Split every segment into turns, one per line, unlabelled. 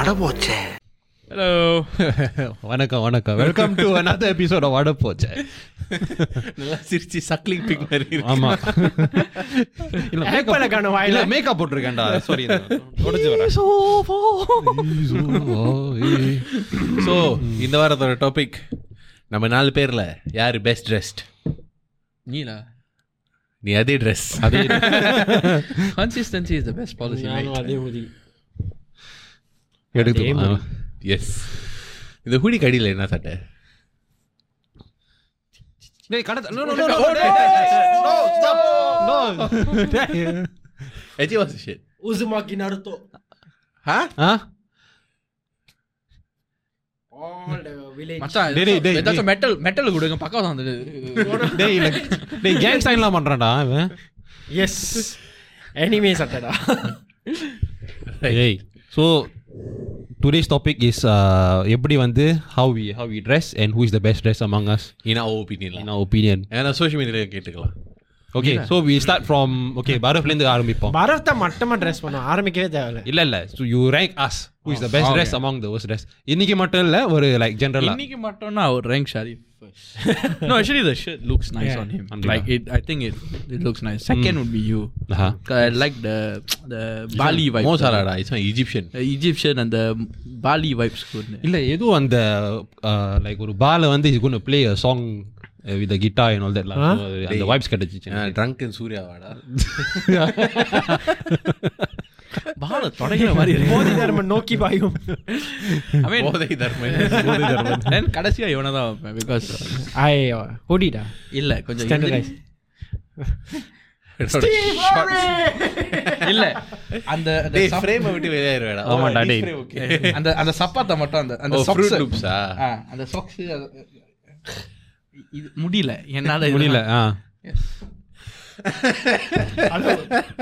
அடபோச்சே
hello
வணக்கம் வணக்கம் welcome to another episode of அட போச்சே
நல்லா சிரிச்சு சக்லிங் பிக் மாதிரி இருக்கு
ஆமா இல்ல
Apple
மேக்கப்
க்கான வாயில.
இல்ல மேக்கப் போட்டுருக்கேன்டா சாரி உடைஞ்சு oh, வரேன்
oh,
oh.
ஸோ இந்த வாரத்தோட டாபிக் நம்ம நாலு பேர்ல யார் பெஸ்ட் ட்ரெஸ்ட்
நீலா
நீ அதே ட்ரெஸ்
அதே
consistency is the best policy
நானும் அதே ஊதி
எடுத்து
எஸ் இந்த ஹூடி கடியில் என்ன சட்டை
டேய் கடத்த no no no no no, no stop no
எஜி வாஸ் ஷிட்
உசுமாக்கி நருத்தோ
ஹா
ஆ
ஆல் வில்லேஜ்
மச்சான்
டேய், டேய்,
ஏதாச்சும் மெட்டல் மெட்டல் கொடுங்க பக்கம் தான் வந்துடு
டேய் இல்ல டேய் கேங் சைன்லாம் பண்றான்டா இவன்
எஸ் எனிமே சட்டடா
ஏய் so today's topic is uh, எப்படி வந்து how we how we dress and who is the best dress among us
இனா ஓ
இன்
ஒப்பீனியன்
ஒப்பீனியன்
ஏன்னா சோஷியல் மீடியாவில் கேட்டுக்கலாம்
okay so we start from okay பாரஃப்லேருந்து ஆரம்பிப்போம்
பரவத்தை மட்டமா ட்ரெஸ் பண்ண ஆரம்பிக்கவே தேவையில்ல
இல்ல இல்ல so you rank us who is the best dress among the worst dress இன்னைக்கு மட்டும் இல்ல ஒரு லைக் ஜென்ரலா
இன்னைக்கு மட்டும்னா அவர் rank Shari no actually the shirt looks nice on him
Alhamdulillah.
like it i think it it looks nice
Mm.
second would be you
ஆஹா
'Cause i like the the bali vibe
மோசாராடா it's Egyptian
the egyptian and the bali vibes good
இல்ல ஏதோ அந்த like ஒரு பால வந்து is gonna play a song with guitar and all that அந்த vibes கிடைச்சிச்சு
ட்ரங்க் அண்ட் சூர்யாவாடா
பால தொடங்கிற மாதிரி இருக்கு
போதி தர்மன் நோக்கி பாயும்
i mean
போதை தர்மன்
then கடைசியா இவனை தான் வைப்பேன் because
ஐயோ ஹூடிடா
இல்ல கொஞ்சம்
Standardize.
இதுல- இல்ல அந்த அந்த
டேய்
சப்-
ஃப்ரேமை விட்டு வெளியாயிருவேடா
ஆமாண்டா, டேய்.
அந்த அந்த சப்பாத்தை மட்டும் அந்த அந்த
ஓ ஃப்ரூட்
socks-
லூப்ஸா
ஆ, அந்த socks அது- இது முடியல என்னால இது-
முடியல ஆ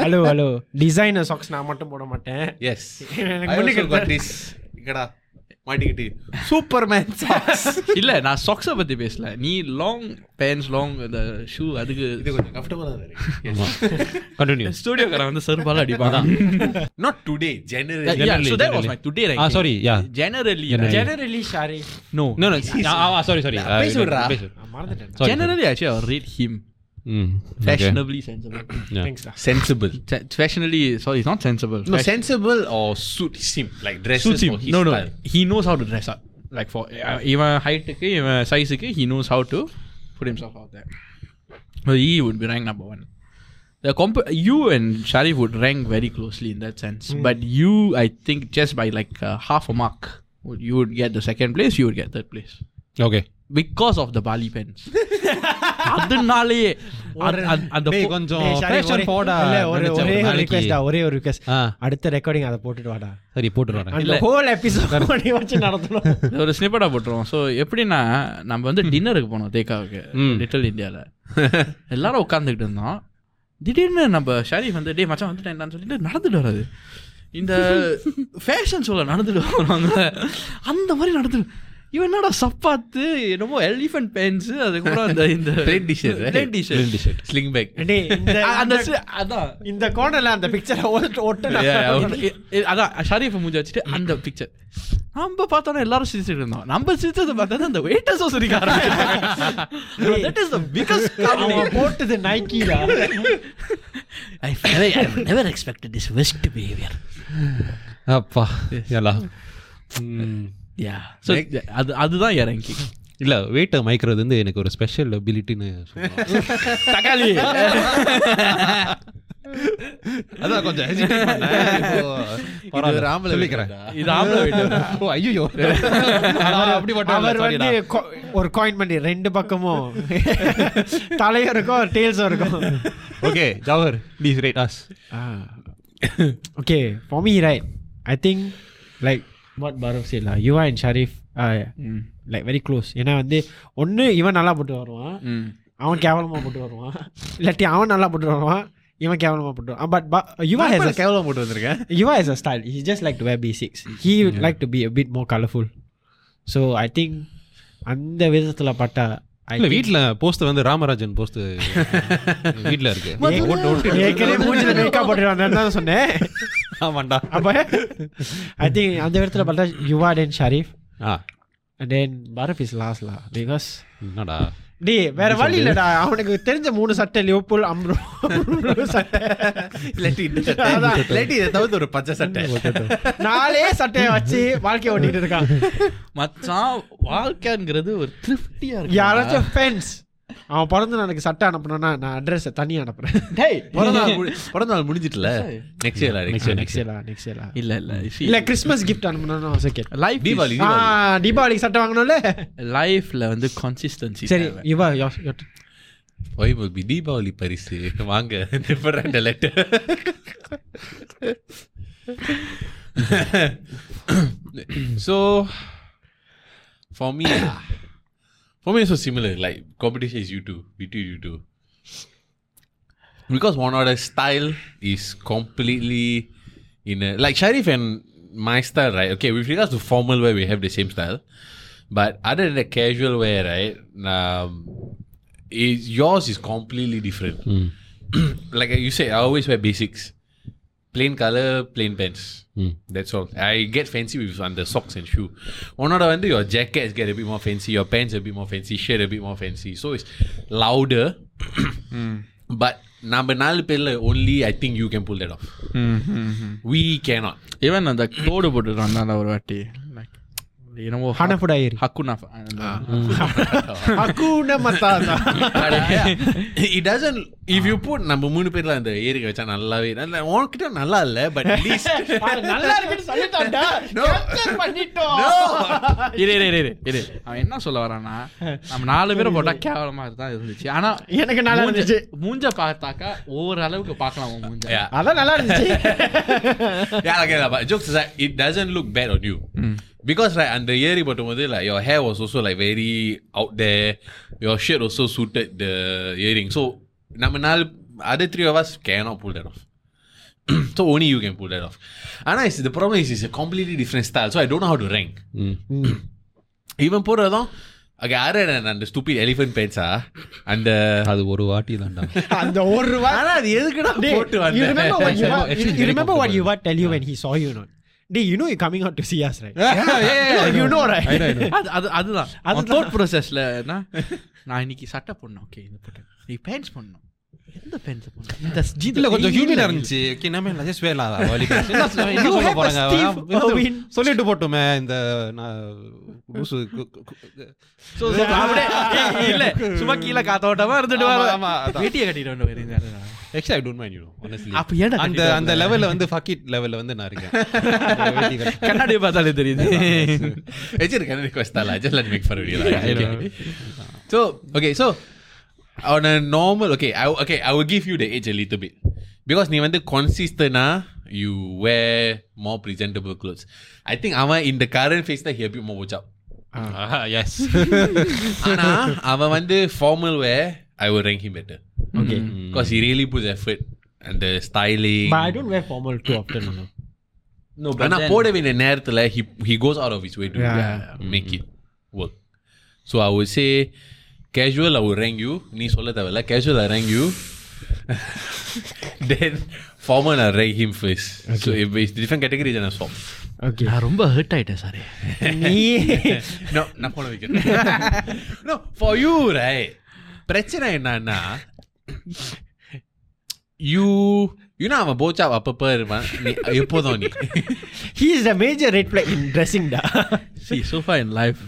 ஹலோ ஹலோ டிசைனர் சாக்ஸ் நான் மட்டும் போட மாட்டேன்
எஸ்
எனக்கு
எனக்கு
முன்னுக்கு
காட் திஸ் இங்கடா மாட்டிக்கிட்டு சூப்பர்மேன் சாக்ஸ்
இல்ல நான் சாக்ஸ பத்தி பேசல நீ லாங் பேண்ட்ஸ் லாங் அந்த ஷூ அதுக்கு
இது கொஞ்சம் கம்ஃபர்டபுளா இருக்கு
கண்டினியூ
ஸ்டுடியோக்கார வந்து செருப்பால அடிப்பாங்க
not today general
Yeah,
Generally,
so that was
generally.
my today
ஆ
ranking.
Sorry yeah
Generally,
Generally.
right?
Generally sorry
No.
No no sorry sorry
பேசுடுறா.
மறந்துட்டேன்
Ah, Sorry, Mm,
Generally, actually, I'll rate him
ம்
fashionably sensible.
Yeah.
தேங்க்ஸ்டா
sensible
Se- fashionably, sorry, it's not sensible.
No,
Fash-
sensible or suit him. Like dresses
suits him.
for his
No, no.
style.
He knows how to dress up. Like for uh, even height, even size, he knows how to put himself out there. So he would be ranked number one. The comp- you and Sharif would rank very closely in that sense. But you, I think, just by like uh, half a mark, would- you would get the second place. You would get third place
okay
because of the Bali pens. அதனாலேயே அந்த- அந்த- அந்த
டேய்,
pho-
கொஞ்சம்
டேய், Shari,
fashion
ஒரே-
போடா
இல்ல, ஒரே
நினைச்ச
ஒரே
ஒரு
ஒரு
நாளைக்கு.
request டா, ஒரே ஒரு request.
ஆ.
Ah,
அடுத்த ரெக்கார்டிங் அதை போட்டுட்டு வாடா
சரி போட்டு வரேன்
அந்த ஹோல் எபிசோட் பண்ணி வச்சு நடத்தணும்
ஒரு ஸ்னிப்படா போட்டுருவோம் ஸோ எப்படின்னா நம்ம வந்து டின்னருக்கு போனோம் தேக்காவுக்கு
ம்.
லிட்டில் இந்தியாவில் எல்லாரும் உட்காந்துக்கிட்டு இருந்தோம் திடீர்னு நம்ம ஷரீஃப் வந்து டேய் மச்சான் வந்துட்டேன்டான்னு சொல்லிட்டு நடந்துட்டு வராது இந்த ஃபேஷன் ஷோவில் நடந்துட்டு வருவாங்க அந்த மாதிரி நடந்துட்டு இவன் என்னடா சப்பாத்து என்னமோ எலிஃபென்ட் பேண்ட்ஸு அதுக்கப்புறம் அந்த இந்த
Plain t-shirt, right?
Plain t-shirt.
Plain t-shirt. Sling bag.
டேய், இந்த-
அ- அந்த
இந்த-
சி- அதான்
இந்த கோணல அந்த பிக்சரை ஒட்டல
Yeah, yeah, okay.
இ- இ- அதான் ஷரீஃப் மூஞ்சி வச்சுட்டு அந்த பிக்சர் நம்ம பார்த்தோன்னா எல்லாரும் சிரிச்சுட்டு இருந்தோம் நம்ம சிரிச்சதை பார்த்தா அந்த வெயிட்டர்ஸோ சிரிக்க ஆரம்பிச்சாங்க தட் இஸ் த பிகஸ்ட்
அவன் போட்டது நைக்கிடா
I never never expected this west behaviour
அப்பா எல்லா ம்.
யா ஸோ அது அதுதான் இறங்கி
இல்ல வெயிட்டை மயக்கிறது வந்து எனக்கு ஒரு ஸ்பெஷல் அபிலிட்டின்னு
தக்காளி
அதான் கொஞ்சம் hesitate Eh, பண்ணேன். இப்போ பரவாயில்ல.
இது ராமல
சொல்லிக்கிறேன்.
இது ஆம்பளை வீட்டு
ஓ ஐயோ
அவர் வந்து co- ஒரு காயின் பண்ணி ரெண்டு பக்கமும் தலையும் இருக்கும் டெய்ல்ஸும் இருக்கும்
okay Jawahar please rate us
Ah. Okay for me right I think like what பாரவ் சீலா Yuva and Sharif
Hmm.
Like very close ஏன்னா வந்து ஒன்று இவன் நல்லா போட்டு வருவான்
Hmm.
அவன் கேவலமாக போட்டு வருவான் இல்லாட்டி அவன் நல்லா போட்டு வருவான் இவன் கேவலமாக போட்டு வருவான் uh, பட் யுவா ஹேஸ்
கேவலம் போட்டு வந்திருக்கேன்
Yuva is a style. He just like to wear basics. He would like to be a bit more colorful. So I think அந்த விதத்துல பட்டா I
இல்ல
think-
வீட்ல போஸ்ட் வந்து ராமராஜன் போஸ்ட் வீட்ல இருக்கு
ஏற்கனவே மூஞ்சில makeup போட்டுட்டு வந்தேன்னு தான் சொன்னேன்
ஆமாண்டா
அப்ப ஐ திங்க் அந்த இடத்துல பார்த்தா யுவாட் and Sharif
ah
and then பரப் இஸ் லாஸ்ட்லா பிகாஸ்
என்னடா
டேய் வேற வழி இல்லடா அவனுக்கு தெரிஞ்ச மூணு சட்டை லியோபுல் அம்ரோ சட்டை
இல்லாட்டி இந்த சட்டை
அதான்.
இல்லாட்டி இதை தவிர்த்து ஒரு பச்சை சட்டை
நாலே சட்டையை வச்சு வாழ்க்கைய ஓட்டிட்டு இருக்கான்
மச்சான் வாழ்க்கைங்கிறது ஒரு திருப்தியா
யாராச்சும் ஃபேன்ஸ் அவன் பிறந்து எனக்கு சட்டை அனுப்பணும்னா நான் அட்ரஸை தனி அனுப்புறேன்
பிறந்த நாள் முடி- பிறந்த நாள் முடிஞ்சிட்டுல next year
Next year.
Next இயர்லா நெக்ஸ்ட் இயர்லா
இல்ல இல்ல
இல்ல கிறிஸ்மஸ் கிஃப்ட் அனுப்பணும்னு ஆசை கேட்டேன்
லைஃப்
தீபாவளி
ஆ, தீபாவளிக்கு சட்டை வாங்கணும்ல
லைஃப்ல வந்து கன்சிஸ்டன்சி
சரி இவா
ஒய் will be தீபாவளி பரிசு வாங்க different letter. so for me for me it's so similar like competition is you two between you two because one other style is completely in a, like Sharif and my style right okay with regards to formal wear we have the same style but other than the casual wear right um, is yours is completely different. like you said, I always wear basics. Plain color, plain pants. That's all. I get fancy with under socks and shoe. One other one, your jackets get a bit more fancy, your pants a bit more fancy, shirt a bit more fancy. So it's louder. But number nine only I think you can pull that off. We cannot.
Even அந்த கோடு போட்டுருந்தாங்க ஒரு வாட்டி Like, என்னவோ
ஹனஃபுட் ஆயிரு
ஹக்குனா
அக்கூன மத்தாதா
But, yeah, it doesn't if you put நம்ம மூணு பேர்ல அந்த ஏரியா வச்சா நல்லாவே நல்லா உனக்கிட்ட நல்லா இல்ல பட்
நல்லா இருக்குன்னு சொல்லிட்டான்டா
No.
Capture பண்ணிட்டோம்
இரு இரு இரு, இரு இரு அவன் என்ன சொல்ல வரானா நம்ம நாலு பேரை போட்டா கேவலமா தான் இருந்துச்சு ஆனா
எனக்கு நல்லா
மூஞ்ச-
இருந்துச்சு
மூஞ்ச பார்த்தாக்கா ஒவ்வொரு அளவுக்கு பார்க்கலாம் உன் மூஞ்ச
Yeah.
அதான் நல்லா இருந்துச்சு
yeah, okay, lah, but jokes aside, it doesn't look bad on you. Because like அந்த ஏரி போட்டும்போது like your hair was also like very out there. Your shirt also suited the earring. So நம்ம நாலு other three of us cannot pull that off. so only you can pull that off. ஆனா it's, the problem is it's a completely different style. So I don't know how to rank. Even போடுறதும் Okay, other than அந்த stupid elephant pants ah, அந்த
அது ஒரு வாட்டி தான்டா
அந்த ஒரு வாரம்
ஆனா அது எதுக்குடா
Dey,
போட்டு
you remember what
வந்தேன்
you were, you,
Actually, actually
you
very
remember what you were
comfortable.
tell you when he saw you or not? Dey, you know you're coming out to see us, right? No, you know, right?
அது அது அதுதான்
அதுதான்.
அவன் தோட் ப்ரோசஸ்ல நான் இன்னைக்கு சட்டை போடணும் okay இது போட்டேன் நீ பேண்ட்ஸ் போடணும் எந்த பேண்ட்ஸ் போடணும்
The jeans-
இல்ல கொஞ்சம்
you
ஹியூமிடா
know,
இருந்துச்சு ஓகே நம்ம எல்லாம் ஜஸ்ட் வேலா என்ன சொல்ல-
You have
என்ன சொல்ல
a
போறாங்க
Steve
அவன் வந்து
Irwin.
சொல்லிட்டு போட்டுமே இந்த நான் லூசு கு- கு- கு-
ஸோ அப்படியே ஏய், இல்ல சும்மா கீழே காத்தோட்டமா இருந்துட்டு
ஆமா,
வர
ஆமா, அதான்.
வேட்டியை கட்டிட்டு வந்து வரீங்க
Actually, I don't mind, you know, honestly.
அப்ப ஏன்டா
அந்த
கட்டிட்டு வந்த?
அந்த லெவல்ல வந்து ஃபக்கிட் லெவல்ல வந்து நான் இருக்கேன் அந்த வேட்டி கட்டு.
கண்ணாடி பார்த்தாலே தெரியுது
Actually, kind of request lah. Just let me make fun of you lah. Okay. So okay, so on a normal okay, I okay, I will give you the edge a little bit because நீ வந்து consistent ah, you wear more presentable clothes. I think அவன் in the current phase தான் he a bit more watch out.
Ah, yes.
ஆனா அவன் வந்து formal wear I will rank him better
Okay.
because he really puts effort and the styling.
But I don't wear formal too often. you know.
No
ஆனா போட வேண்டிய நேரத்துல he he goes out of his way to
Yeah.
uh, make it work so i would say casual i would rank you நீ சொல்ல தேவையில்ல casual i rank you then formal i rank him first so if it's different categories then i swap
Okay.
நான் ரொம்ப hurt ஆயிட்டேன் sir
நீ-
no நான் போட வைக்கிறேன் no for you right பிரச்சனை என்னன்னா you you know அவன் போச்சா அப்பப்ப இருப்பான் நீ எப்போதும் நீ
he is a major red flag in dressing da.
சி so far in life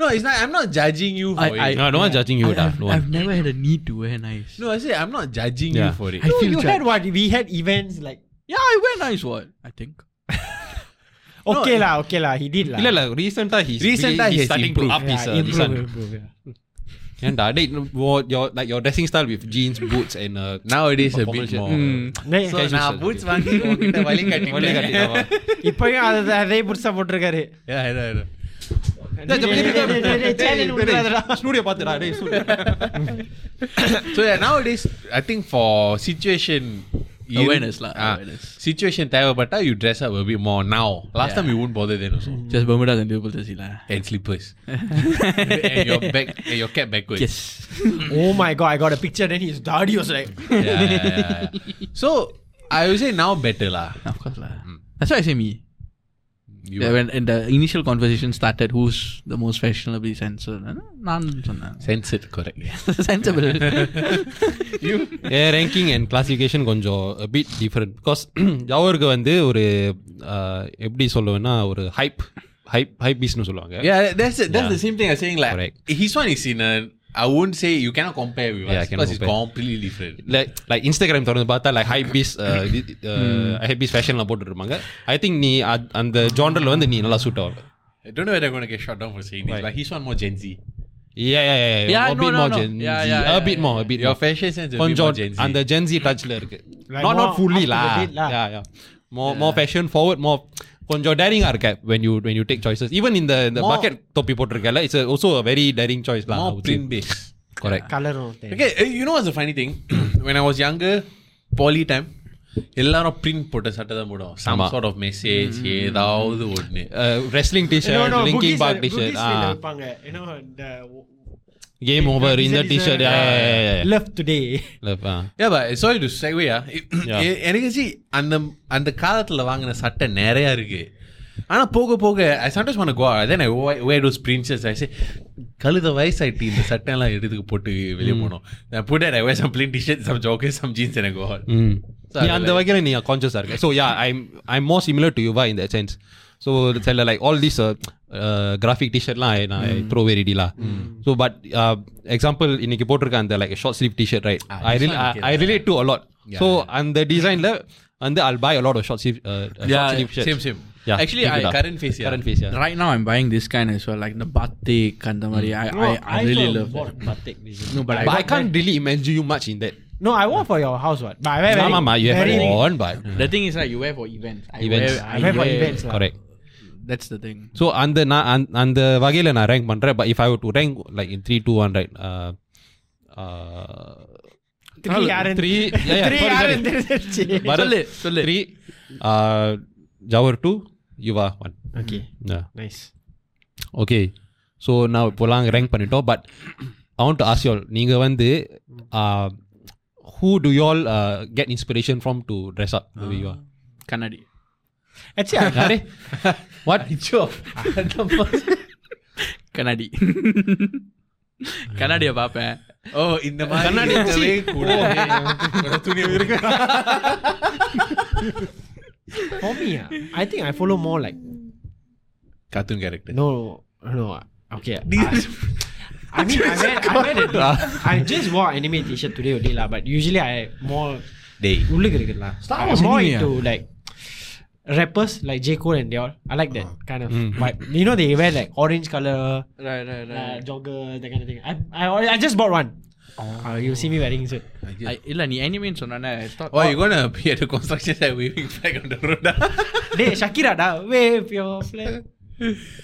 no it's not I'm not judging you for
I-
it
I-
No, no one judging you, da. No one.
I've never had a need to wear nice
No, I say I'm not judging you
Yeah.
for it.
I
No,
feel
you
judged.
had what? We had events like
yeah I wear nice what I think
okay lah, okay lah. He did lah.
இல்ல இல்ல ரீசெண்டா he
Recent-ஆ he has
starting to
improved.
Up
Yeah,
his
improve, improve, yeah.
ஏன்டா டேய் your like your dressing style with jeans boots and uh, Hmm.
Nowadays a
Formal
bit
shirt.
more.
Dey,
So now boots வாங்கி உன்கிட்ட வலி
ஒல்லே
கட்டிட்டேன்.
கட்டிட்டவா
இப்பயும் அதை- அதே புதுசா போட்டிருக்காரு
Yeah, I know, I know.
டேய், டேய், டேய், டேய், டேய், channel விட்டுறாதடா.
ஸ்டூடியோ பாத்துடா டேய் studio
So yeah, nowadays I think for situation
Awareness lah,
Ah,
awareness.
situation தேவைப்பட்டா you dress up a bit more now. Last time you wouldn't bother then also.
just Bermudas and double jersey lah
And slippers. and your back and your cap backwards.
yes
Mm. Oh my god, I got a picture. Then his daddy was like,
Yeah, yeah, yeah. So I would say now better lah.
Of course lah. That's why I say me.
You
Yeah, when in the initial conversation started, who's the most fashionably censored? நான் சொன்னேன்.
censored correctly.
Sensible.
A ranking and classification கொஞ்சம் bit different because ஜவருக்கு வந்து ஒரு uh, எப்படி சொல்லுவேன்னா ஒரு hype hype hype பீஸ்னு சொல்லுவாங்க
Yeah, that's it. That's the same thing as saying like
Correct.
his one is in a. I wouldn't say you cannot compare with
Yeah,
us
cannot
because it's
compare.
completely different.
Like like Instagram திறந்து பார்த்தா like high piece
Hmm.
High piece ஃபேஷனில் போட்டுருப்பாங்க I think நீ அத்- அந்த ஜான்ரில் வந்து நீ நல்லா சூட் ஆகும்
I don't know whether I'm gonna get shot down for saying this,
Right.
but he's one more Gen Z.
Yeah, yeah, yeah, yeah.
Yeah,
A
no,
bit
no,
more
no.
Gen Z.
Yeah, yeah,
A
yeah,
bit more, a
yeah.
bit
Your
more.
fashion sense is a bit more
கொஞ்சம்
Gen Z.
அந்த Gen Z டச்ல இருக்கு
Like
not
more
not fully
up to
லா
the date lah.
Yeah yeah more more fashion forward more கொஞ்சம் டேரிங்கா இருக்க lah, when you when you take choices even இந்த இந்த
More-
பக்கெட் தொப்பி போட்டிருக்கல it's also lah, a very daring choice lah I
more
would say.
print based.
correct
கலரும்
Okay, eh, you know what's the funny thing? when I was younger, poly time, எல்லாரும் print போட்ட சட்டை தான் போடுவோம் some
ஆமா.
Sort of message ஏதாவது ஒன்று
Uh, wrestling t-shirt linking park t-shirt ah
eh,
game over in the t-shirt yeah yeah yeah, yeah, yeah.
Left today
Love, ah.
Yeah, but sorry to segue, ah.
Yeah.
எ- எனக்கு see, அந்த அந்த காலத்துல வாங்கின சட்டை நிறைய இருக்கு ஆனா போக போக I sometimes one go then I wear those princess I say கழுத வயசாயிட்டு இந்த சட்டை எல்லாம் எடுத்துக்கு போட்டு வெளியே போனோம் நான் put I wear some plain T-shirt some jacket some jeans and go
Mm.
So,
நீ அந்த
like-
வகையில் நீ கான்சியஸாக இருக்க so yeah I'm I'm more similar to Yuva in the sense so சில லைக் ஆல் தீஸ் கிராஃபிக் டிஷர்ட்லாம் நான் த்ரோ வெரிடிலா ஸோ பட் எக்ஸாம்பிள் uh, இன்னைக்கு போட்டிருக்க அந்த like short sleeve T-shirt right
Ah,
I
this
ரில்
one okay
I
lah.
Relate to a lot
Yeah,
so அந்த டிசைனில் வந்து அல் buy a lot short sleeve
same same
Yeah,
actually
keep it up.
Current phase
current phase
Right now, I'm buying this kind as well, like the batik and the Maria. I, I, Hmm. I really love that. No, but I,
But I can't really imagine you much in that.
No, I wore for your house what? But I wear very,
ஆமாம்மா, you have
very
worn, but
the thing is, like, you wear for events. I
Events.
Wear, I,
I wear for
wear-
events lah.
correct.
That's the thing.
So அந்த நான் அந்த- அந்த வகையில் நான் rank பண்ணுறேன் but if I to rank like in three two one right uh,
Three Aaron.
Three
Three Aaron தெரிஞ்சிருச்சு.
சொல்லு சொல்லு three uh, Jawahar two Yuva one
Okay, nice.
Okay so நான் இப்போலாம் ரேங்க் பண்ணிட்டோம் பட் அவுண்ட் ஆஸ் யோல் நீங்கள் வந்து uh, who do y'all get inspiration from to dress up Yuva
Kannadi.
Actually, I-
யாரே what
Kannadi. கண்ணாடியை பார்ப்பேன்
ஓ Oh, இந்த மாதிரி இருக்கவே கூடாது. துணி இருக்கு
for me, ah, I think I follow more like
cartoon character
no, no. ah, Okay. I- I mean, I wear, I wear the I just wore anime t-shirt today only lah. But usually I more
டேய்
உள்ளுக்கு இருக்குல்ல.
Star
I'm
Wars
more
anime,
into like rappers like J Cole and they all. I like that kind of
Mm.
vibe. You know they wear like orange color.
Right, right,
uh, jogger, that kind of thing. I, I, already- I just bought one. Uh, you see me wearing it.
I, இல்ல நீ அனிமேன்னு சொன்னானே I thought- Oh,
Why you gonna be at a construction site waving flag on the road?
Hey, Shakira, da, wave your flag.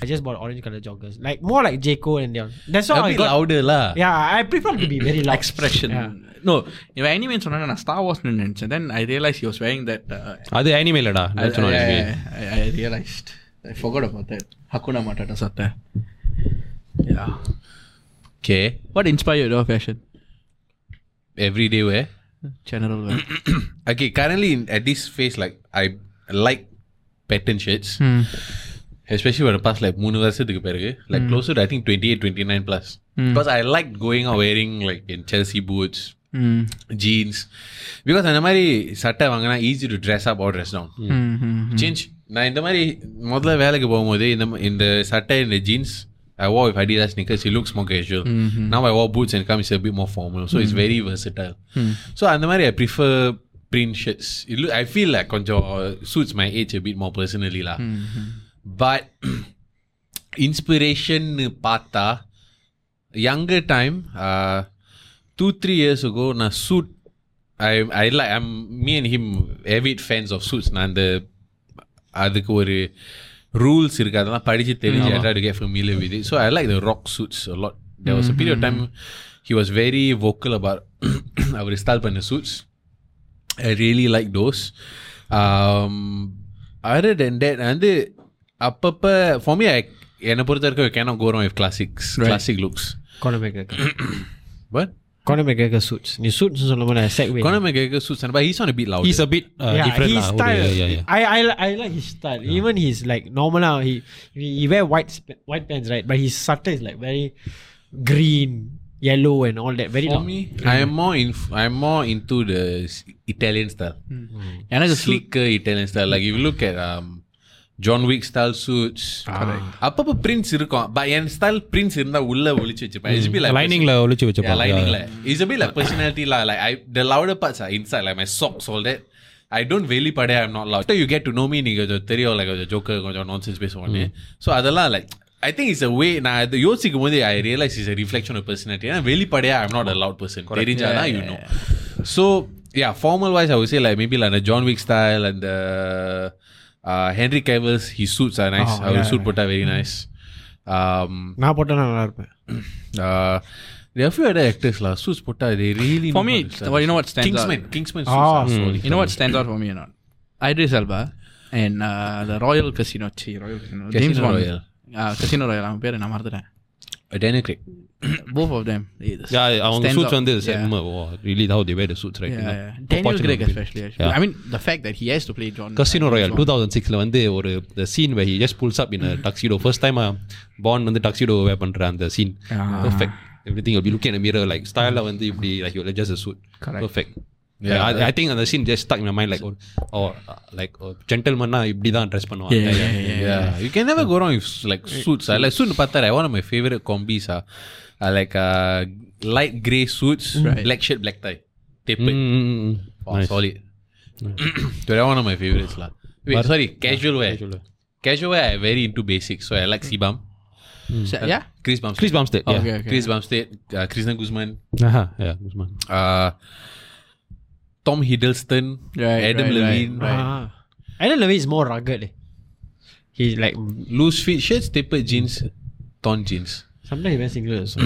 I just bought orange color joggers, like more like J Cole and them. That's all
A
I
bit
got.
louder lah.
Yeah, I prefer to be very loud.
expression.
Yeah.
No, இவன் anime சொன்னா நான் Star Wars நினைச்சேன் then I realized he was wearing that. Uh,
அது anime இல்லடா
I,
that's not
I,
anime
I, I realized. I forgot about that. Hakuna Matata சட்டை. Yeah.
Okay.
What inspired your fashion?
Everyday wear.
General wear.
Okay, currently in, at this phase, like I like pattern shirts.
Hmm.
Especially for the past like மூணு வருஷத்துக்கு பிறகு like closer to I think 28, 29 plus. Because I liked going out wearing like in Chelsea boots,
Mm.
jeans. Because அந்த மாதிரி சட்டை வாங்கினா easy to dress up or dress down.
mm-hmm.
Change நான் இந்த மாதிரி முதல்ல வேலைக்கு போகும்போது இந்த ம- இந்த சட்டை இந்த jeans I wear if Adidas knickers it looks more casual now I wear boots and comes a bit more formal so it's very versatile so அந்த மாதிரி I prefer print shirts it look i feel like கொஞ்சம் uh, suits my age a bit more personally lah but inspiration பார்த்தா younger time uh, two three years ago na suit I I like I'm me and him avid fans of suits நான் அந்த அதுக்கு ஒரு rules இருக்கு அதெல்லாம் படிச்சு தெரிஞ்சு I try to get familiar with it so I like the rock suits a lot there was a period of time he was very vocal about அவர் ஸ்டால் பண்ண suits I really like those um other than that வந்து அப்பப்ப for me I என்னை பொறுத்த வரைக்கும் கேனா கோரம் if classics
Right.
Classic looks
Colin McGregor.
What?
Conor McGregor suits. நீ suits சொல்ல முடியாது segway.
Conor McGregor suits, and- but he's on a bit louder.
He's a bit uh,
yeah,
different.
his
lah.
style.
Yeah, yeah, yeah.
I, I li- I like his style. Even his like normal now he he he wear white sp- white pants right, but his sweater is like very green, yellow, and all that. Very
For
dark.
me, I am more in, I am more into the s- Italian style, Hmm.
எனக்கு sleek
slicker Italian style. Like if you look at um, John Wick style suits,
Ah.
அப்பப்போ prints இருக்கும். But N style prints இருந்தா உள்ள ஒளிச்சு வச்சிருப்பேன். It's a bit like
லைனிங்ல ஒளிச்சு
Yeah,
வச்சுப்பாங்க
lining like it's a bit like personality lah. Like I, the louder parts are inside, like my socks, all that. I don't really pade. I'm not loud. After you get to know me, நீங்க கொஞ்சம் தெரியும் like கொஞ்சம் joker, கொஞ்சம் nonsense பேசுவானே.
Mm.
So அதெல்லாம் like I think it's a way. நான் அது யோசிக்கும் போது I realize it's a reflection of personality. ஏன்னா வெளிப்படையா I'm not a loud person. தெரிஞ்சாதான் you know. So yeah, formal wise I would say like maybe like the John Wick style and the uh, Henry Cavill's his suits are nice.
Oh,
our
yeah,
suit போட்டா very nice. Um,
நான் போட்டா நான் நல்லா இருப்பேன்.
uh, there are a few other actors lah. Suits Potta, they really.
For
know
me,
how to sell.
well, you know what stands
Kingsman,
out?
Kingsman. Suits
Ah.
are solid.
You know what stands out for me or not? Idris Elba and uh, the Royal Casino. Chee, Royal Casino. James
Casino
Bond.
Royale.
Uh, Casino Royal. அவன் பேர் நான் மறந்துட்டேன்
Uh, Daniel Craig.
both of them. they-
Yeah, அவங்க
stands
suits
out.
வந்து
Yeah.
செம்ம wow, really how they wear the suits right
Yeah,
you know.
yeah. Daniel
Proportional
Craig
build.
especially. Actually.
Yeah.
I mean, the fact that he has to play John.
Casino Royale
John-
two thousand சிக்ஸில் வந்து ஒரு the scene where he just pulls up in
Mm-hmm.
a tuxedo first time Bond வந்து tuxedo wear பண்ணுற அந்த scene
Ah.
perfect everything will be looking at a mirror like style வந்து இப்படி like you'll adjust the suit
Correct.
perfect
Yeah.
yeah I, I think அந்த scene just stuck in my mind like oh, oh uh, like oh, gentleman னா இப்படி தான் dress பண்ணுவாங்க
Yeah, yeah, yeah.
Yeah. you can never go wrong with like suits. I like suit Potta. Right? One of my favorite combis are, are like uh, light grey suits,
Right.
black shirt, black tie,
Mm,
tapered.
mm, mm.
Wow,
nice.
solid. They're one of my favorites lah. Wait, sorry, casual wear. Casual.
Casual.
wear, I'm very into basics. So I like Sebum,
Se- Yeah.
Chris Bumstead,
Chris Bumstead yeah
Okay, okay.
Chris Bumstead, uh, Krishna Guzman.
Aha, yeah Guzman.
uh, Tom Hiddleston,
Right,
Adam
right,
Levine, Uh-huh.
right, right.
Ah. Adam Levine is more rugged. eh. He's like
loose fit shirts, tapered jeans, torn jeans.
sometimes he wears singlet also.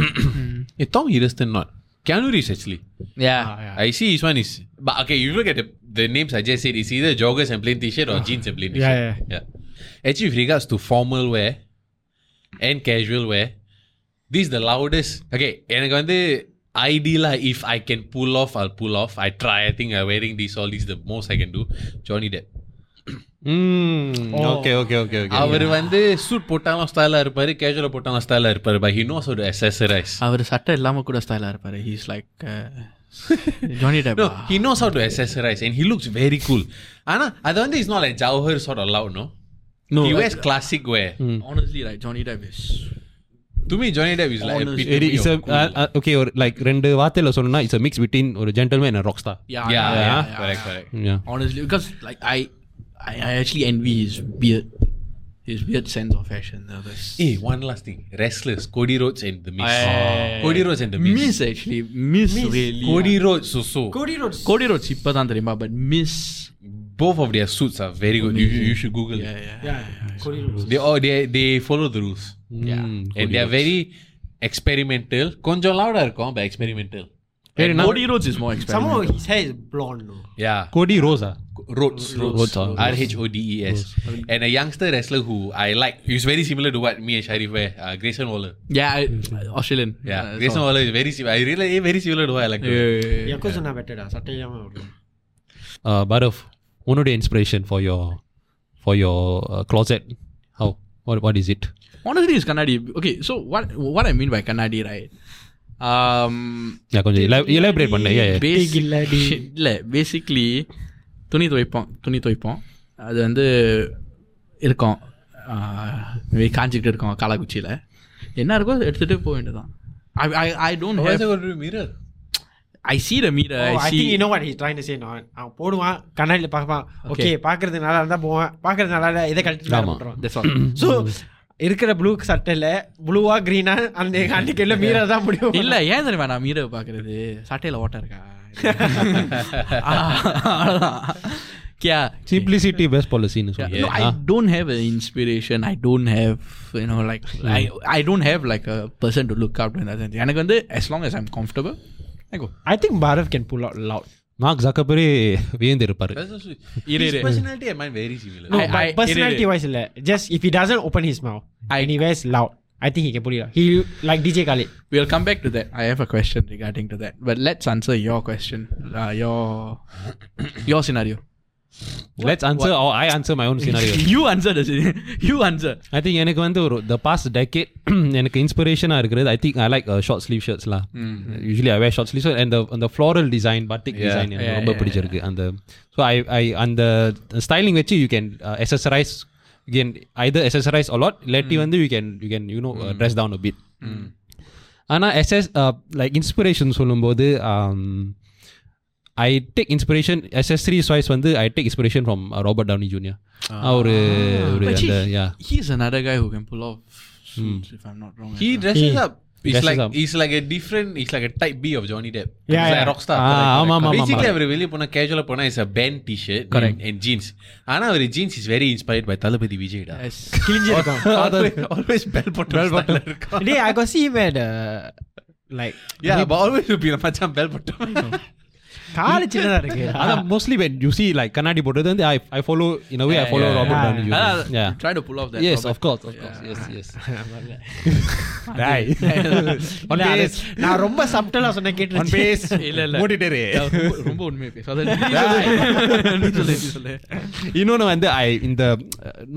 Eh, Tom Hiddleston not. Keanu Reeves actually.
Yeah.
Ah,
I see his one is, but okay, you look at the, the names I just said, it's either joggers and plain t-shirt or jeans and plain t-shirt.
yeah,
yeah. Actually, with regards to formal wear and casual wear, this is the loudest. Okay, எனக்கு வந்து ideal lah, if I can pull off, I'll pull off. I try. I think I'm wearing this all this is the most I can do. Johnny Depp.
Mm, okay okay okay okay
அவர் வந்து suit போட்டாலும் ஸ்டைலா இருப்பாரு கேஷுவலா போட்டாலும் ஸ்டைலா இருப்பாரு but he knows ஒரு accessorize
அவர் சட்டை இல்லாம கூட ஸ்டைலா இருப்பாரு uh, he's like Johnny Depp
no he knows how to accessorize and he looks very cool ஆனா அது வந்து is not like Jawahar chart allowed no
No,
no he
I-
wears classic wear
honestly like Johnny Depp is
to me johnny depp Oh, is like
Honest.
epitome
it's
of cool.
Okay ஒரு like ரெண்டு வார்த்தையில சொல்லணும்னா it's mix between ஒரு gentleman and rock star
yeah
yeah
yeah
yeah correct correct
yeah
honestly because like I, I I actually envy his beard his weird sense of fashion though, that's-
Hey, one last thing. Wrestlers, Cody Rhodes and The Miz.
I-
Cody Rhodes and The Miz.
miss actually miss, really
Cody Rhodes, so so.
Cody Rhodes.
Cody Rhodes இப்பதான் தெரியுமா but miss
Both of their suits are very good. You, you should Google
yeah
it.
yeah
Yeah, Cody Rhodes.
They all they they follow the rules.
Yeah.
and they are very experimental. கொஞ்சம் loud-ஆ இருக்கும், but experimental.
Cody Rhodes is more expensive
Somehow his hair is blonde. No?
Yeah.
கோடி ரோஸா
Rhodes.
Rhodes,
Rhodes.
ah.
R H O D E S. And a youngster wrestler who I like, he's very similar to what me and Sharif wear, uh, Grayson Waller.
yeah I, Australian
Yeah,
that's
Grayson
all.
Waller is very similar. I really very similar to what I like. to
yeah,
wear.
yeah, yeah, yeah.
Yeah, because yeah. better. சட்டை இல்லாம வருது.
பரஃப் உன்னுடைய inspiration for your for your closet how what what is it
honestly it's Kannadi okay so what what I mean by Kannadi right um
yeah கொஞ்சம் elaborate பண்ணு
Eh,
ஏ
Basic-
இல்லடி.
இல்ல basically துணி துவைப்போம் துணி துவைப்போம் அது வந்து இருக்கும் ஆஹ், வே- காஞ்சிக்கிட்டு இருக்கும் காலாக்குச்சியில் என்ன இருக்கோ அதை எடுத்துட்டு போக வேண்டியதான் I I I don't
Why is
have
there got to be a mirror?
I see the mirror
Oh, I
I see
think you know what he's trying to say. No, அவன் போடுவான் கண்ணாடியில பார்ப்பான்
Okay.
ஓகே பாக்குறது நல்லா இருந்தா போவான் பாக்குறது நல்லா இல்ல இதை கழட்டி
ஆமா.
பண்ணுறான்
தட்ஸ் ஆல்
ஸோ இருக்கிற ப்ளூ சட்டையில ப்ளூவா கிரீனா அந்த அன்னைக்கு எல்லாம் மீறா தான் முடியும்
இல்ல ஏன் தெரியுமா நான் மீரவை பார்க்கறது சட்டையில ஓட்ட இருக்கா அவ்வளோதான் கியா
சிம்பிளிசிட்டி பெஸ்ட் பாலிசின்னு
Yeah.
சொல்லி
No, I don't have an inspiration. I don't have, you know, like I, I don't have like a person to look up to in that sense. எனக்கு வந்து as long as I'm comfortable, I go.
I think பாரவ் can pull out loud
Mark Zuckerberg வியந்து இருப்பாரு
That's also,
Iru,
his
iru.
personality and mine very similar.
No.
No.
I- I-
personality wise இல்ல just if he doesn't open his mouth
I-
and he was loud I think he can put it up. He like DJ Khaled.
We'll come back to that. I have a question regarding to that. But let's answer your question. Uh, your your scenario.
Let's answer or I answer my own scenario.
you answer the scenario. You answer.
I think எனக்கு வந்து ஒரு the past decade எனக்கு inspiration-ஆ இருக்கிறது I think I like uh, short sleeve shirts lah. Usually I wear short sleeve shirts and the and the floral design batik
Yeah.
design எனக்கு
Mm-hmm. Yeah,
ரொம்ப
yeah,
பிடிச்சிருக்கு அந்த so I I அந்த styling வச்சு you can uh, accessorize you can either accessorize a lot இல்லாட்டி
Mm.
வந்து you can you can you know uh, dress down a bit. ஆனால் எஸ்எஸ் லைக் இன்ஸ்பிரேஷன் சொல்லும்போது um, ஐ டேக் இன்ஸ்பிரேஷன் எஸ்எஸ்ரீஸ் வாய்ஸ் வந்து I take inspiration from Robert Downey Junior ஒரு ஒரு
But
அந்த
he-
yeah
He's another guy who can pull off suits, if I'm not wrong.
He dresses up. He's
Dresses
like
up.
he's like a different. He's like a type B of Johnny Depp.
Yeah,
he's
yeah.
like a rock star.
Ah,
Correct,
ஆமா,
correct.
ஆமா, ஆமா.
Basically, அவர் வெளியே போனா கேஜுவலா போனா is a band t-shirt correct and, and jeans. ஆனா அவர் jeans is very inspired by தளபதி விஜய் டா.
Yes.
கிழிஞ்சிருக்கான்
Always, always bell bottom bell bottom. இருக்கும்.
Today I got see him at uh, like
Yeah, but always will be மச்சான் bell bottom.
காலு சின்னதா இருக்கு
அதான் mostly when you see like கண்ணாடி போடுறது வந்து I I follow in way I
Yeah,
follow
yeah,
Robert
yeah.
Downey
Ah,
Junior yeah
Try to pull off that.
Yes
Robert.
Of course of course yes yes
Right.
இல்ல, அது- நான் ரொம்ப சப்டலா சொன்ன கேட்டு
இல்ல, இல்ல.
மூடிட்டே
Yeah, ரொம்ப- ரொம்ப உண்மையை பேசு. அதை நீ சொல்லு. நீ சொல்லு, நீ சொல்லு.
இன்னொன்று வந்து ஐ இந்த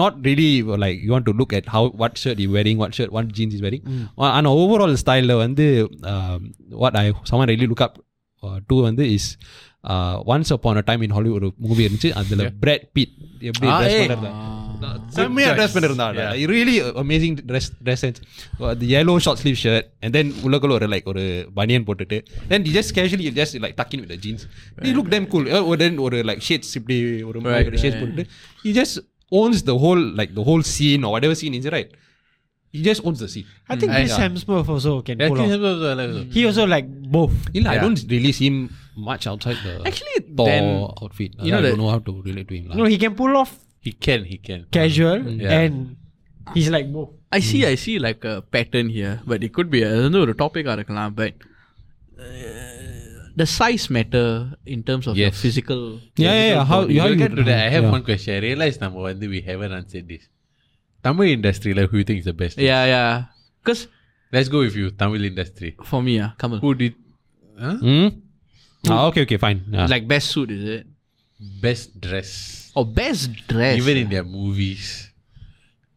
not ready like you want to look at how what shirt you wearing what shirt what jeans is wearing
Mm.
ஆனால் ஓவரால் ஸ்டைலில் வந்து um, what I Saman ready look up to uh, வந்து uh, is once upon a time in Hollywood ஒரு movie இருந்துச்சு அதில் Brad Pitt எப்படி
Ah,
dress
eh.
பண்ணுறது செம்மையாக ட்ரெஸ் பண்ணியிருந்தாங்க really amazing dress dress sense அது yellow short sleeve shirt and then உள்ளக்குள்ள ஒரு லைக் ஒரு பனியன் போட்டுட்டு then just casually just like tucking with jeans you look damn cool then oh, ஒரு லைக் ஷேட்ஸ் இப்படி ஒரு
Right,
மாதிரி ஷேட்ஸ்
right.
போட்டுட்டு you just owns the whole like the whole scene whatever scene is right you just owns the scene
I think Chris
Yeah.
Hemsworth also can
Yeah,
pull
Chris
off.
Hemsworth was like that.
He also like both.
இல்லை I
Yeah.
Don't release him much outside the
Actually,
Thor
then-
outfit.
you know
I
that-
don't know how to relate to him. lah.
No, he can pull off
He can, he can.
casual
Yeah.
and he's like both.
I see, I see like a pattern here, but it could be அது வந்து ஒரு டாபிக்காக இருக்கலாம் but the size matter in terms of your
Yes.
physical
Yeah, yeah, yeah. How, how
we'll
you-
get to that. I have
Yeah.
one question. I realized number one that we haven't answered this. Tamil industry, like who you think is the best?
yeah yeah because
Let's go with you. Tamil industry.
for me ah Kamal
Who did huh?
Hmm? Ah, okay, okay, fine. Yeah.
like best suit is it
best dress?
or best dress
Even in their movies,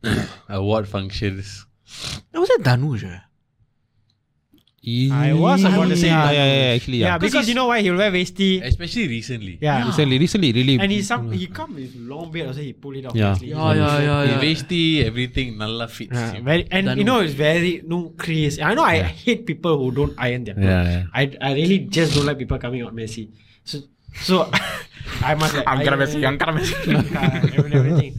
award functions.
I was it Danuj eh?
I was about to say
yeah, yeah,
Danush.
yeah, actually, yeah.
Hmm. Yeah, because you know why he'll wear vesti.
Especially recently.
Yeah.
Recently, recently, really.
And he's some he come with long beard also he pull it off.
Yeah.
nicely.
yeah yeah yeah,
The
yeah.
Vesti, everything nalla fits.
Yeah,
him.
very and
Done
you know it's very no crease. I know I hate people who don't iron their clothes.
Yeah, yeah.
I I really just don't like people coming out messy. So so I must like
I'm gonna
iron
messy, I'm gonna messy.
Yeah, and everything.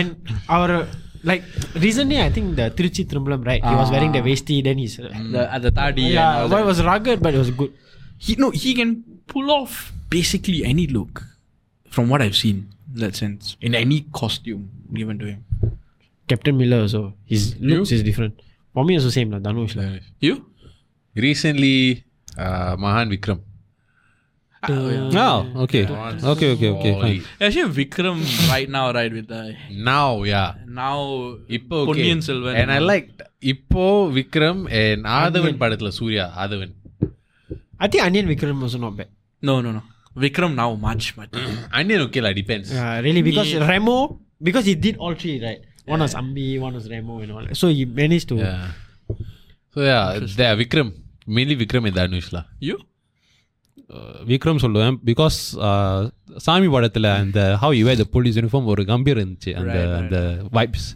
And our uh, like recently I think the Tiruchi Trumbalam right he was wearing the
Ah. Mm.
vesti then he's uh,
the at the third year
yeah well, it was rugged but it was good.
he no he can pull off basically any look from what I've seen in that sense in any costume given to him
Captain Miller also his looks is different. For me also same lah Danush lah.
you
Recently, uh, Mahan Vikram.
Ah,
Uh,
Oh, okay. Okay, okay, okay. Fine.
Holy-
actually Vikram right now right with the
Now, yeah.
now
இப்போ okay.
Ponniyin Selvan
and I liked இப்போ Vikram and Aadhavan படத்துல Suriya Aadhavan
I think Onion Vikram also not bad.
no no no Vikram now much much
Anniyan okay லா depends
Yeah, really, because
Yeah.
Remo, because he did all three, right? One was Ambi, one was Remo, and all. that. So he managed to.
So yeah they Vikram mainly Vikram இந்த அனுஷ்லா
you
Uh, Vikram சொல்லுவேன் because Saamy படத்தில் அந்த how you the police uniform ஒரு கம்பீர் இருந்துச்சு அந்த
Right, right,
அந்த vibes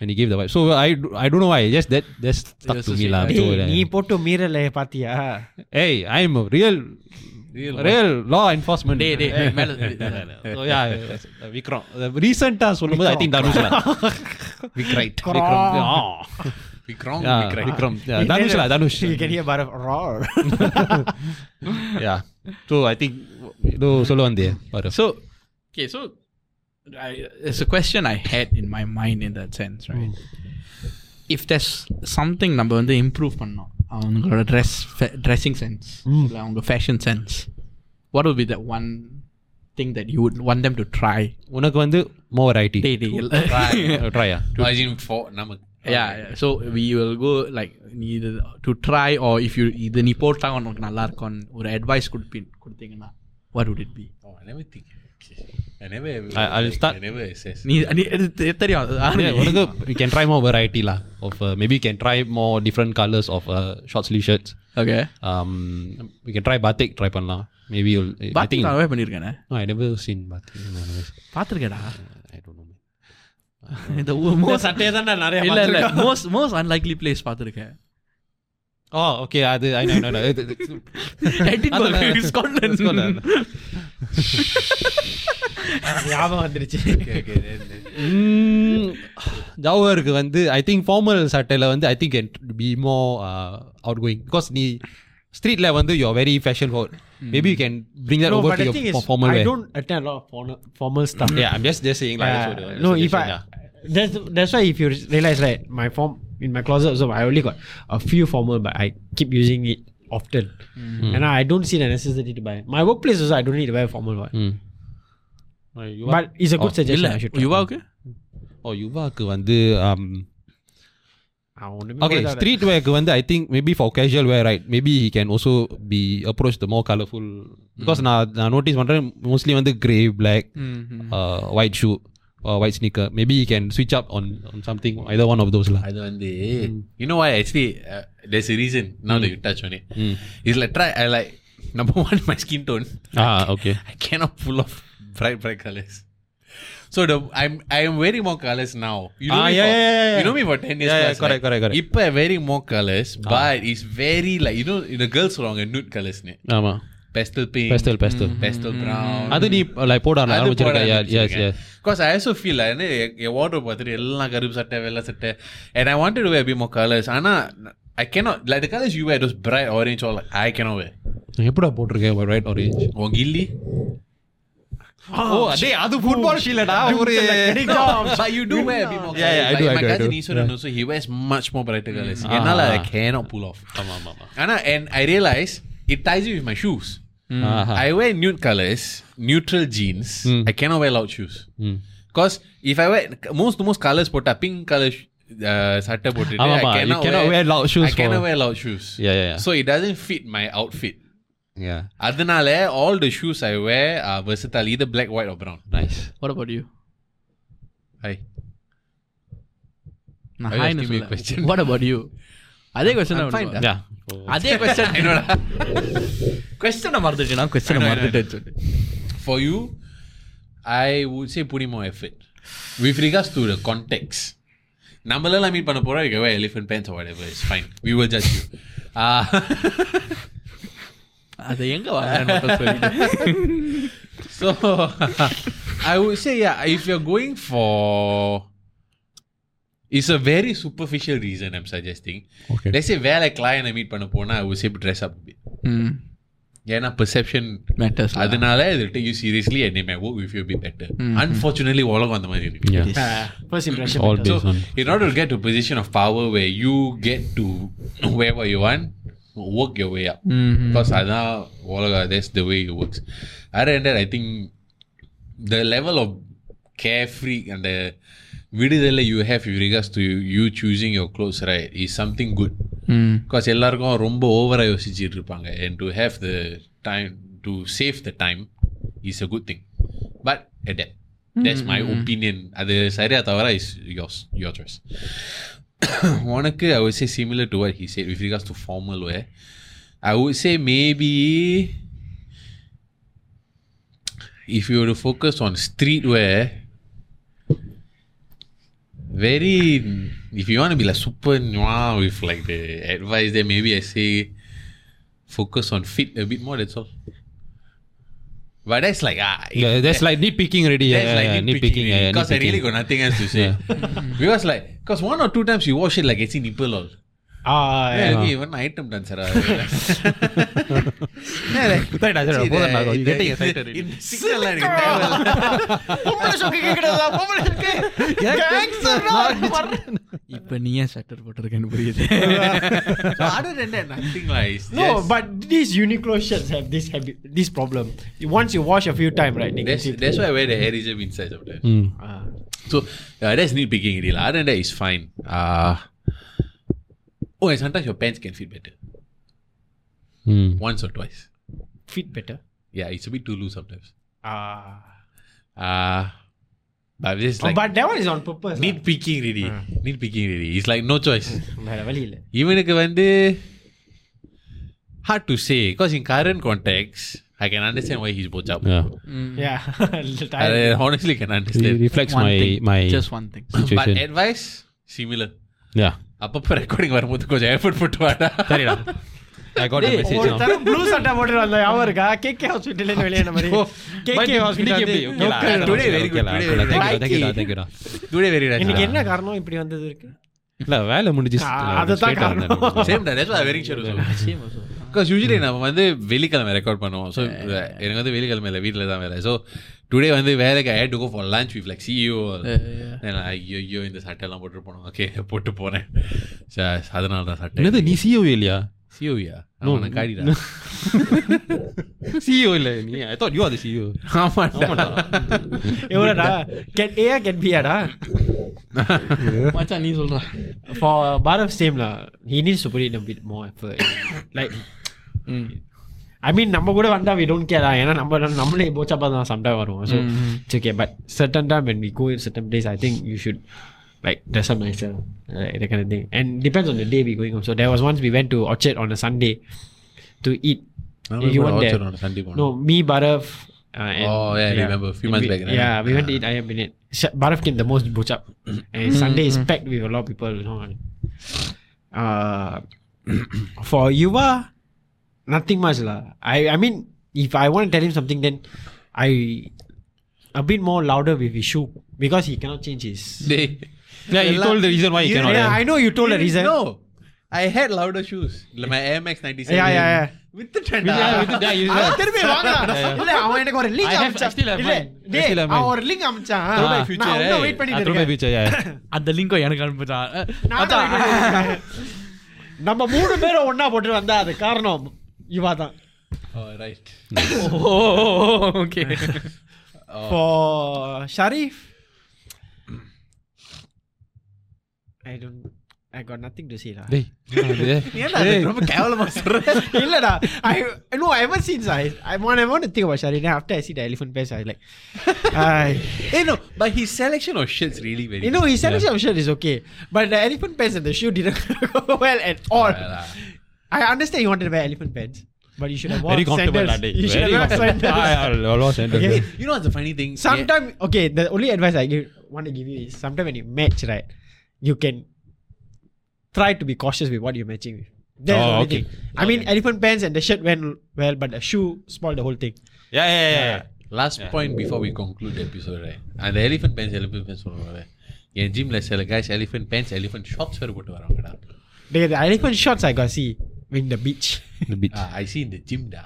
and gave the vibe so I I don't know I just that just tuck to me லா
Hey, நீ போட்டு மீரல பாத்தியா
ஏய் I am real real law enforcement
டேய் டேய் மேல
விக்ரம் ரீசெண்டாக ah சொல்லும்போது ஐ திங்க் தனுஷ்
விக்ரைட்
Ah.
விக்ரம்
விக்ரம் விக்ரைட்
Vikram Dhanush Dhanush
You can hear Bharat roar.
yeah. So I think itu solo ande. Baru.
so okay so I, it's a question I had in my mind in that sense right if there's something நம்ம வந்து improve பண்ணோம் அவங்களோட dress fa- dressing sense இல்ல அவங்க fashion sense what would be that one thing that you would want them to try?
உனக்கு வந்து மோர் variety
Day, day.
ட்ரையா
Oh, as in for நமக்கு
yeah, yeah. So we will go like need to try or if you either நீ போட்டா உனக்கு நல்லா இருக்கும் ஒரு advice கொடுப்பீ கொடுத்தீங்கன்னா what would it be?
Oh, I never think. Okay. I never.
I- I'll
like,
start-
I never assess.
நீ நீ இது தெ- தெரியும் அது ஆனா
உனக்கு you can try more variety லா of maybe you can try more different colours of short sleeve shirts
okay.
Um, you can try batik try பண்ணலாம் maybe you'll I
bathing
think
நான் பண்ணிருக்கேனே.
ஐ நெவர் சீன் பாத்திக்
பாத்திருக்கடா.
I don't know
இந்த ஊ- most
சட்டையை தான் நான் நிறைய
இல்ல இல்ல most most unlikely place பாத்திருக்கேன்.
ஓ ஓகே Oh, அது I know no
Edinburgh, Scotland.
Scotland.
ஞாபகம் வந்துருச்சு
Okay, okay, then, then.
ஜவருக்கு Mm, வந்து ஐ திங்க் ஃபார்மல் சட்டையில் வந்து I think can be more outgoing because uh, நீ ஸ்ட்ரீட்டில் வந்து you are very fashion for maybe you can bring that
No,
over
but
to
the thing is,
your formal
I
wear
don't attend a lot of formal, formal stuff.
Yeah, I'm just just saying like
Yeah.
that's what-
no,
that's
if I
what- yeah.
that's that's why if you re- realize right, my form in my closet also I only got a few formal, but I keep using it often,
Mm-hmm.
and I don't see the necessity to buy. My workplace also I don't need to buy a formal one,
Mm.
but it's a good
Oh,
suggestion.
இல்ல
I should try.
யுவாவுக்கு
oh யுவாக்கு oh, வந்து um,
I want to be
Okay,
more than
street wear வந்து I think maybe for casual wear right maybe he can also be approach the more colourful because நான் நான் notice பண்ணுறேன் mostly வந்து uh, grey black
Mm-hmm.
White shoe white sneaker maybe he can ஸ்விட்ச் up on on something either one of தோஸ்ல
அது வந்து you know why actually uh, there's a reason now that you touch on it
Mm.
it's like try I like number one my skin tone
ah okay
I cannot pull off bright bright colors so the I'm I am wearing more colors now you know
Ah,
me
yeah,
for,
yeah, yeah, yeah.
you know me for 10 years
Yeah, yeah,
plus,
correct,
right?
correct, correct. Ah.
இப்போ wearing more colors but it's very like you know the girls சொல்லுவாங்க nude colors னு
ஆமாம்
pastel pink
Mm-hmm.
Pastel, Mm-hmm. pastel.
pastel brown
அது நீ like போட ஆரம்பிச்சிருக்கா yes yes
because I also feel என்ன என் வார்ட்ரோப் பார்த்துட்டு எல்லாம் கருப்பு சட்டை வெள்ளை சட்டை and I wanted way be more colours ஆனால் I cannot like the colours you wear those bright orange or like I cannot wear
எப்படா போட்டிருக்கேன் ரைட் ஆரேஞ்ச்
உன் கில்லி
ஓ அதே அது ஃபுட்பால் ஷீலடா ஒரு
but you do wear a bit more
Yeah, yeah, I
colours.
do,
Like
I
my
do, I
cousin
do.
Iswaran also he wears much more brighter colors என்னால்
Ah.
I cannot pull off
ஆமாம் ஆமாம்
ஆனால் and I realize it ties in with my shoes
Mm-hmm.
Aha
I wear nude colors neutral jeans
Ah. Mm.
I cannot wear loud shoes
ம்
Because if I wear most most colors போட்டா pink color sh- uh, சட்டை போட்டுட்டு I
ஆமாமா, you
cannot
cannot wear loud shoes
I cannot
for-
wear loud shoes.
Yeah, yeah, yeah.
So it doesn't fit my outfit.
யா
அதனால all the shoes I wear are versatile either black, white or brown.
Nice
what about you
Hi.
நான்
Are you
ஹாய்னு
asking me a
சொல்லல.
question?
what about you அதே question
I'm fine,
தான்
யா
அதே question என்னோட question மறந்துட்டேன் நான்
I
question
know, I know.
மறந்துட்டேன்னு சொல்லி
For you, I would say put in more effort. With regards to the context, நம்மளெல்லாம் மீட் பண்ண போறோம் you can wear elephant pants or whatever. It's fine. We will judge you. Uh,
அது எங்க வாங்கன்னு மட்டும் சொல்லிட்டு
So I would say yeah, if you're going for it's a very superficial reason I'm suggesting.
Okay.
Let's say வேலை client meet பண்ண போனா I would say dress up a bit. ஏன்னா perception
matters அது
அதனால they'll take you seriously and they might work with you a bit better. Unfortunately உலகம் அந்த மாதிரி இருக்கு.
யா
that. Uh, first impression.
All
matters.
based on
In order to get to a position of power where you get to wear what you want, work your way up. Because mm that's the way it works. Other than that, I think the level of carefree and the விடுதலை you have with regards to you choosing your clothes, right, is something good. Because எல்லாருக்கும் ரொம்ப ஓவராக யோசிச்சுட்டு இருப்பாங்க and to have the time to save the time is a good thing. But adapt. That's my opinion. அது சரியா தவறா is yours, your choice. உனக்கு I would say similar to what he said with regards to formal wear. I would say maybe if you were to focus on streetwear, very if you want to be like super noir with like the advice then maybe i say focus on fit a bit more that's all but that's like ah
Yeah, that's like nitpicking already. Yeah,
that's
yeah,
like
yeah, nitpicking. Yeah, yeah,
because i
nitpicking.
really got nothing else to say because like because one or two times you wash it like it's in nipple all
Ah, yeah.
yeah, okay, even item done, sir. yeah, like,
Right, that's right.
see,
Both are
the-
not- you're getting
the-
excited
the-
already.
இந்த signal லாம் எனக்கு தேவையில்ல.
Yeah, that's-
இப்ப நீ ஏன் sweater போட்டிருக்கேன்னு புரியுது
So other than that, nothing like it's
No,
just-
but these Uniqlo shirts have this habit, this problem. Once you wash a few times, right? They
that's,
get it.
that's why I wear the hairism inside of that.
Mm.
Ah.
So uh, that's nitpicking really. lah. Other than that, it's fine. Uh, oh, and sometimes your pants can fit better.
Mm.
Once or twice.
fit better.
Yeah, it's a bit too loose sometimes.
Ah,
Uh, but it's
Oh,
like
but that one is on purpose. ah. lah.
nitpicking really.
Ah.
Nitpicking really. It's like no choice.
வேற வழி இல்ல.
இவனுக்கு வந்து hard to say because in current context I can understand why he's bochap.
Yeah.
Yeah,
I
tired.
honestly can
It
understand.
reflects
Mm. One
my
thing.
my
Just one thing.
But
situation.
advice similar.
yeah.
அப்பப்ப recording வரும்போது கொஞ்சம் effort போட்டு வாடா.
சரிடா. I got the message
ஒரு
now.
தடவை Oh, blue சட்டை போட்டுட்டு வந்தா ஞாபகம் இருக்கா? KK hospital ன்னு வெளியே நம்ம
Oh, but
KK hospital
இன்னைக்கு
வந்து
எப்படி? Okay lah.
local
Okay lah,
today very
okay
good,
lah,
today
okay lah.
very
Thank
good.
you, thank you, thank you, thank you.
Today very nice.
இன்னைக்கு
lah.
என்ன காரணம் இப்படி வந்தது இருக்கு?
இல்ல, வேலை முடிஞ்சிச்சு.
Ah,
நான்
அதுதான்
straight ஆ
காரணம்.
வந்தேன்.
Same தான். That's why I wearing shirt also. Because usually நம்ம வந்து வெள்ளிக்கிழமை ரெக்கார்ட் பண்ணுவோம் ஸோ எனக்கு வந்து வெள்ளிக்கிழமை இல்லை வீட்டில் தான் வேலை ஸோ டுடே வந்து வேலைக்கு I do go for lunch with like CEO ஐயோ ஐயோ இந்த சட்டையெல்லாம் போட்டு போனோம் ஓகே போட்டு போனேன் ச- அதனால தான் சட்டை E
என்னது, நீ CEO இல்லையா?
சிஓவியா ஆமாம் காடிடா
CEO இல்ல நீ. I thought you are the CEO.
ஆமாடா
எவ்வளவுடா? Can A ah, can B ஆடா?
மச்சான் நீ சொல்ற
For Bharat same lah. He needs to put in a bit more effort. Like,
Mm.
I mean, நம்ம கூட வந்தா we don't care lah. ஏன்னா நம்ம நம்மளே போச்சாப்பா தான் sometime வருவோம். So,
Mm-hmm.
it's okay. But certain time when we go in certain place, I think you should like dress up nicer. Like that kind of thing. And depends on the day we going also. There was once we went to Orchard on a Sunday to eat. You went there.
Sunday போனோம்
No, me, Barav. Uh, and,
Oh, yeah, I remember. Few
And
months
we,
back, right?
Yeah, we went to
Ah.
eat ayam penyet. Sh- Barav came the most booch up. And Sunday
Mm-hmm.
is packed with a lot of people. You know. uh, for Yuva, nothing much. lah. I, I mean, if I want to tell him something, then I a bit more louder with Ishu because he cannot change his. eh?
டே
Yeah, you told the reason why you cannot.
yeah, I know you told the reason.
No, I had louder shoes. Like my Air Max 97.
Yeah, yeah, yeah. Ah,
வித்துட்டேன்டா.
Yeah, with the- yeah, you-
அதான் திரும்பி வாங்குறான். இல்ல, அவன் எனக்கு ஒரு link
I have-
அனுப்பிச்சான்.
I still have
இல்ல,
mine. I
டேய்,
still have mine.
அவன் ஒரு link அனுப்பிச்சான்.
Throwback
நான்
future,
இன்னும்
eh?
wait பண்ணிட்டு
Ah, throwback
இருக்கேன்.
future, yeah.
அந்த லிங்கை எனக்கு அனுப்பிச்சான்
நான் தான் wait பண்ணிட்டு இருக்கேன். நம்ம மூணு பேரும் ஒன்னா போட்டு வந்தா அது காரணம் இவா தான்
Oh, right.
Okay
Sharif I don't I got nothing to சீலா
டேய், என்னது?
ஏன்டா அது ரொம்ப கேவலமா சொல்ற?
இல்லடா I know I ever seen I I want I want to think about Sharif after I see the elephant pants I like I
Hey, no, but his selection of shirts really very.
You know, his selection of shirt is okay, but the elephant pants and the shoe didn't go well at all.
Yeah, lah.
I understand you wanted to wear elephant pants, but you should have worn
Very comfortable, lah,
sandals.
dey.
You should
Very
have worn
comfortable. Ah,
sandals.
yeah, a lot of sandals.
Okay.
You know what's the funny thing?
Sometimes, okay, the only advice I give, want to give you is sometimes when you match, right, you can try to be cautious with what you're matching with. That's
Oh,
the only
okay.
thing. I mean, elephant pants and the shirt went well, but the shoe spoiled the whole thing.
Yeah, yeah, yeah, yeah.
Last point before we conclude the episode, right? அந்த elephant pants, elephant pants சொல்லுவாங்க என் ஜிம்ல சில guys elephant pants, elephant shorts வேற போட்டு வராங்கடா.
The, the elephant shorts I got see in the beach.
The beach.
Ah, I see in the gym டா.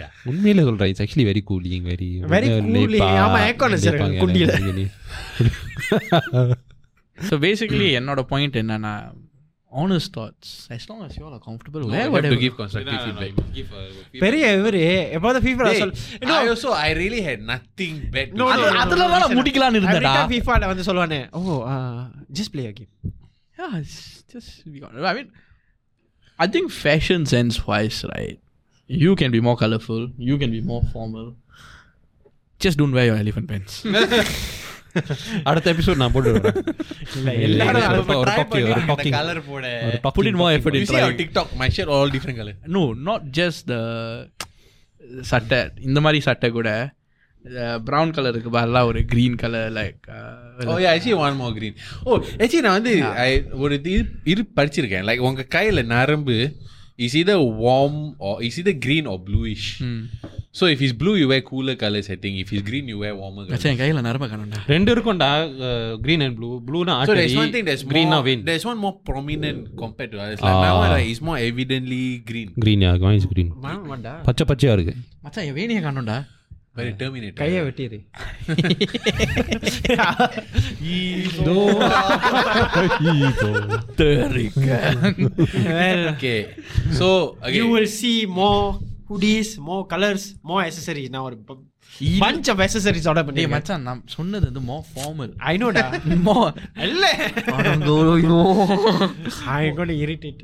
Yeah.
உண்மையில சொல்றேன் it's actually very cooling very
Very cooling. ஆமா, aircon வச்சிருக்காங்க குண்டியில.
So basically என்னோட point என்னன்னா honest thoughts as long as you all are comfortable
No,
wear
you have
whatever
to give constructive feedback.
பெரிய இவரு எப்போது ஃபீஃபா
Hey,
சொல்
I also, I really had nothing bad to
No,
say.
no, no,
அதுல தான் நான் முடிக்கலாம்னு இருந்தேன்டா.
American FIFA ல வந்து சொல்லுவானே, "Oh, uh, just play a game."
yeah it's just we got- I mean I think fashion sense wise right you can be more colorful you can be more formal just don't wear your elephant pants
அடுத்த episode நான் போட்டு வரேன்
இல்ல,
இல்ல,
எல்லாரும்
எல்லாரும்
இல்ல,
அது
ஒரு
try
talking,
பண்ணி
ஒரு
எனக்கு இந்த
talking.
colour போட.
ஒரு talking,
Put in more
talking
effort
You
in
see our
trying.
TikTok, my shirt all different colour.
no not just the சட்டை இந்த மாதிரி சட்டை கூட ப்ரௌன் கலருக்கு பதிலாக ஒரு green colour like
oh Oh, yeah, actually one more green. Oh actually நான் வந்து I ஒரு இது இரு படிச்சிருக்கேன் லைக் உங்க கையில நரம்பு is either warm is either green or bluish
Hmm.
so if it's blue you wear cooler colors i think if it's green you wear warmer colors
என் கையில் நரம்ப காணும்டா
ரெண்டு இருக்கும்டா கிரீன் அண்ட் ப்ளூ ப்ளூனா
so there's one thing that's
green
more
win
there's one more prominent compared to others like
Ah.
now like, it's more evidently green
green yeah mine is green
மனம் வேண்டா.
பச்சை பச்சையா இருக்கு
மச்சான் என் வேணியை காணும்டா
Very Terminator.
கையை வெட்டிடு Well,
Okay. So
you
again,
will see more hoodies more colors more accessories நான் ஒரு bu- bunch of accessories order
டேய்
பண்ணேன்
மச்சான் நான் சொன்னது வந்து மோ ஃபார்மல்
I know டா
மோ
இல்ல
I
I am going to irritate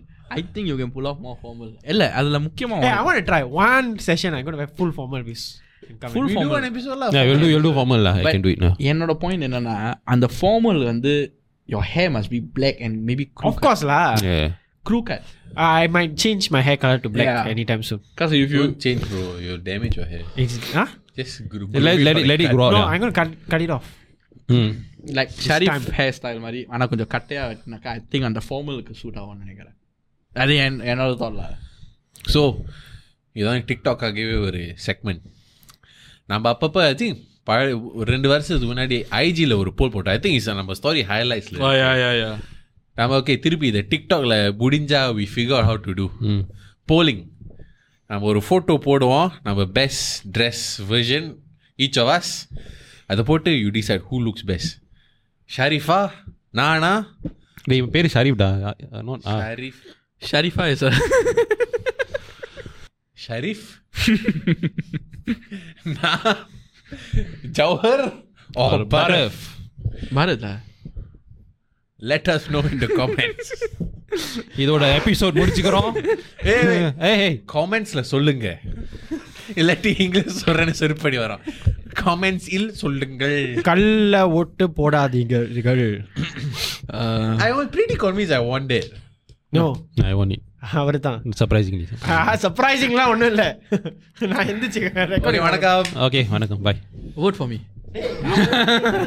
think you can pull off more formal இல்ல அதுல முக்கியமா
Hey, I want to try one session. I'm going to wear full formal base.
Full
we do
formal.
an episode lah.
Yeah, we'll do, we'll do formal lah. I
But-
can do it now.
என்னோட point என்னன்னா அந்த formal வந்து your hair must be black and maybe
Of course, lah.
Yeah.
Crew cut
I might change my hair color to black
Yeah.
anytime soon.
Because if you
Don't change, bro. You'll damage your hair.
It's, huh?
Just gr-
Let- let it- let it grow. Oh,
no,
yeah.
I'm going to cut, cut it off.
Mm.
Like Sharif
time.
Hair style மாதிரி ஆனா கொஞ்சம் கட்டையா வெட்டினாக்கா I think அந்த ஃபார்மலுக்கு suit ஆகும்னு நினைக்கிறேன் அது என் என்னோட தோல்ல
ஸோ இதுதான் டிக்டாக்காகவே ஒரு செக்மெண்ட் நம்ம அப்பப்போ ஐ திங்க் பழைய ஒரு ரெண்டு வருஷத்துக்கு முன்னாடி ஐஜியில் ஒரு போல் போட்டோம் ஐ திங்க் இஸ் நம்ம ஸ்டோரி ஹைலைட்ஸில் நம்ம ஓகே திருப்பி இதை டிக்டாக்ல முடிஞ்சா we figure how to do polling நம்ம ஒரு ஃபோட்டோ போடுவோம் நம்ம best dress version each of us அதை போட்டு you decide who looks best ஷரீஃபா நானா
டேய் இவன் பேரு ஷரீஃப்டா நோட்
ஷரீஃப்
ஷரீஃபா இஸ்
ஷரீஃப் நான் ஜவஹர் ஆர் பரஃப்
பாரதா
let us know in the comments
இதோட எபிசோட் முடிச்சுக்கிறோம் ஏய் ஏய்
காமெண்ட்ஸ்ல சொல்லுங்க இல்லாட்டி இங்கிலீஷ் சொல்றேன்னு செருப்படி வரும் காமெண்ட்ஸ் இல் சொல்லுங்கள்
கல்ல ஒட்டு போடாதீங்கள்
I was pretty convinced I want it.
No
I want it
அவர் தான்
சர்ப்ரைசிங்லி
சர்ப்ரைசிங்லாம் ஒன்றும் இல்லை நான் எந்திரிச்சு
Okay, வணக்கம்
ஓகே வணக்கம் பாய்
ஓட் ஃபார் மீ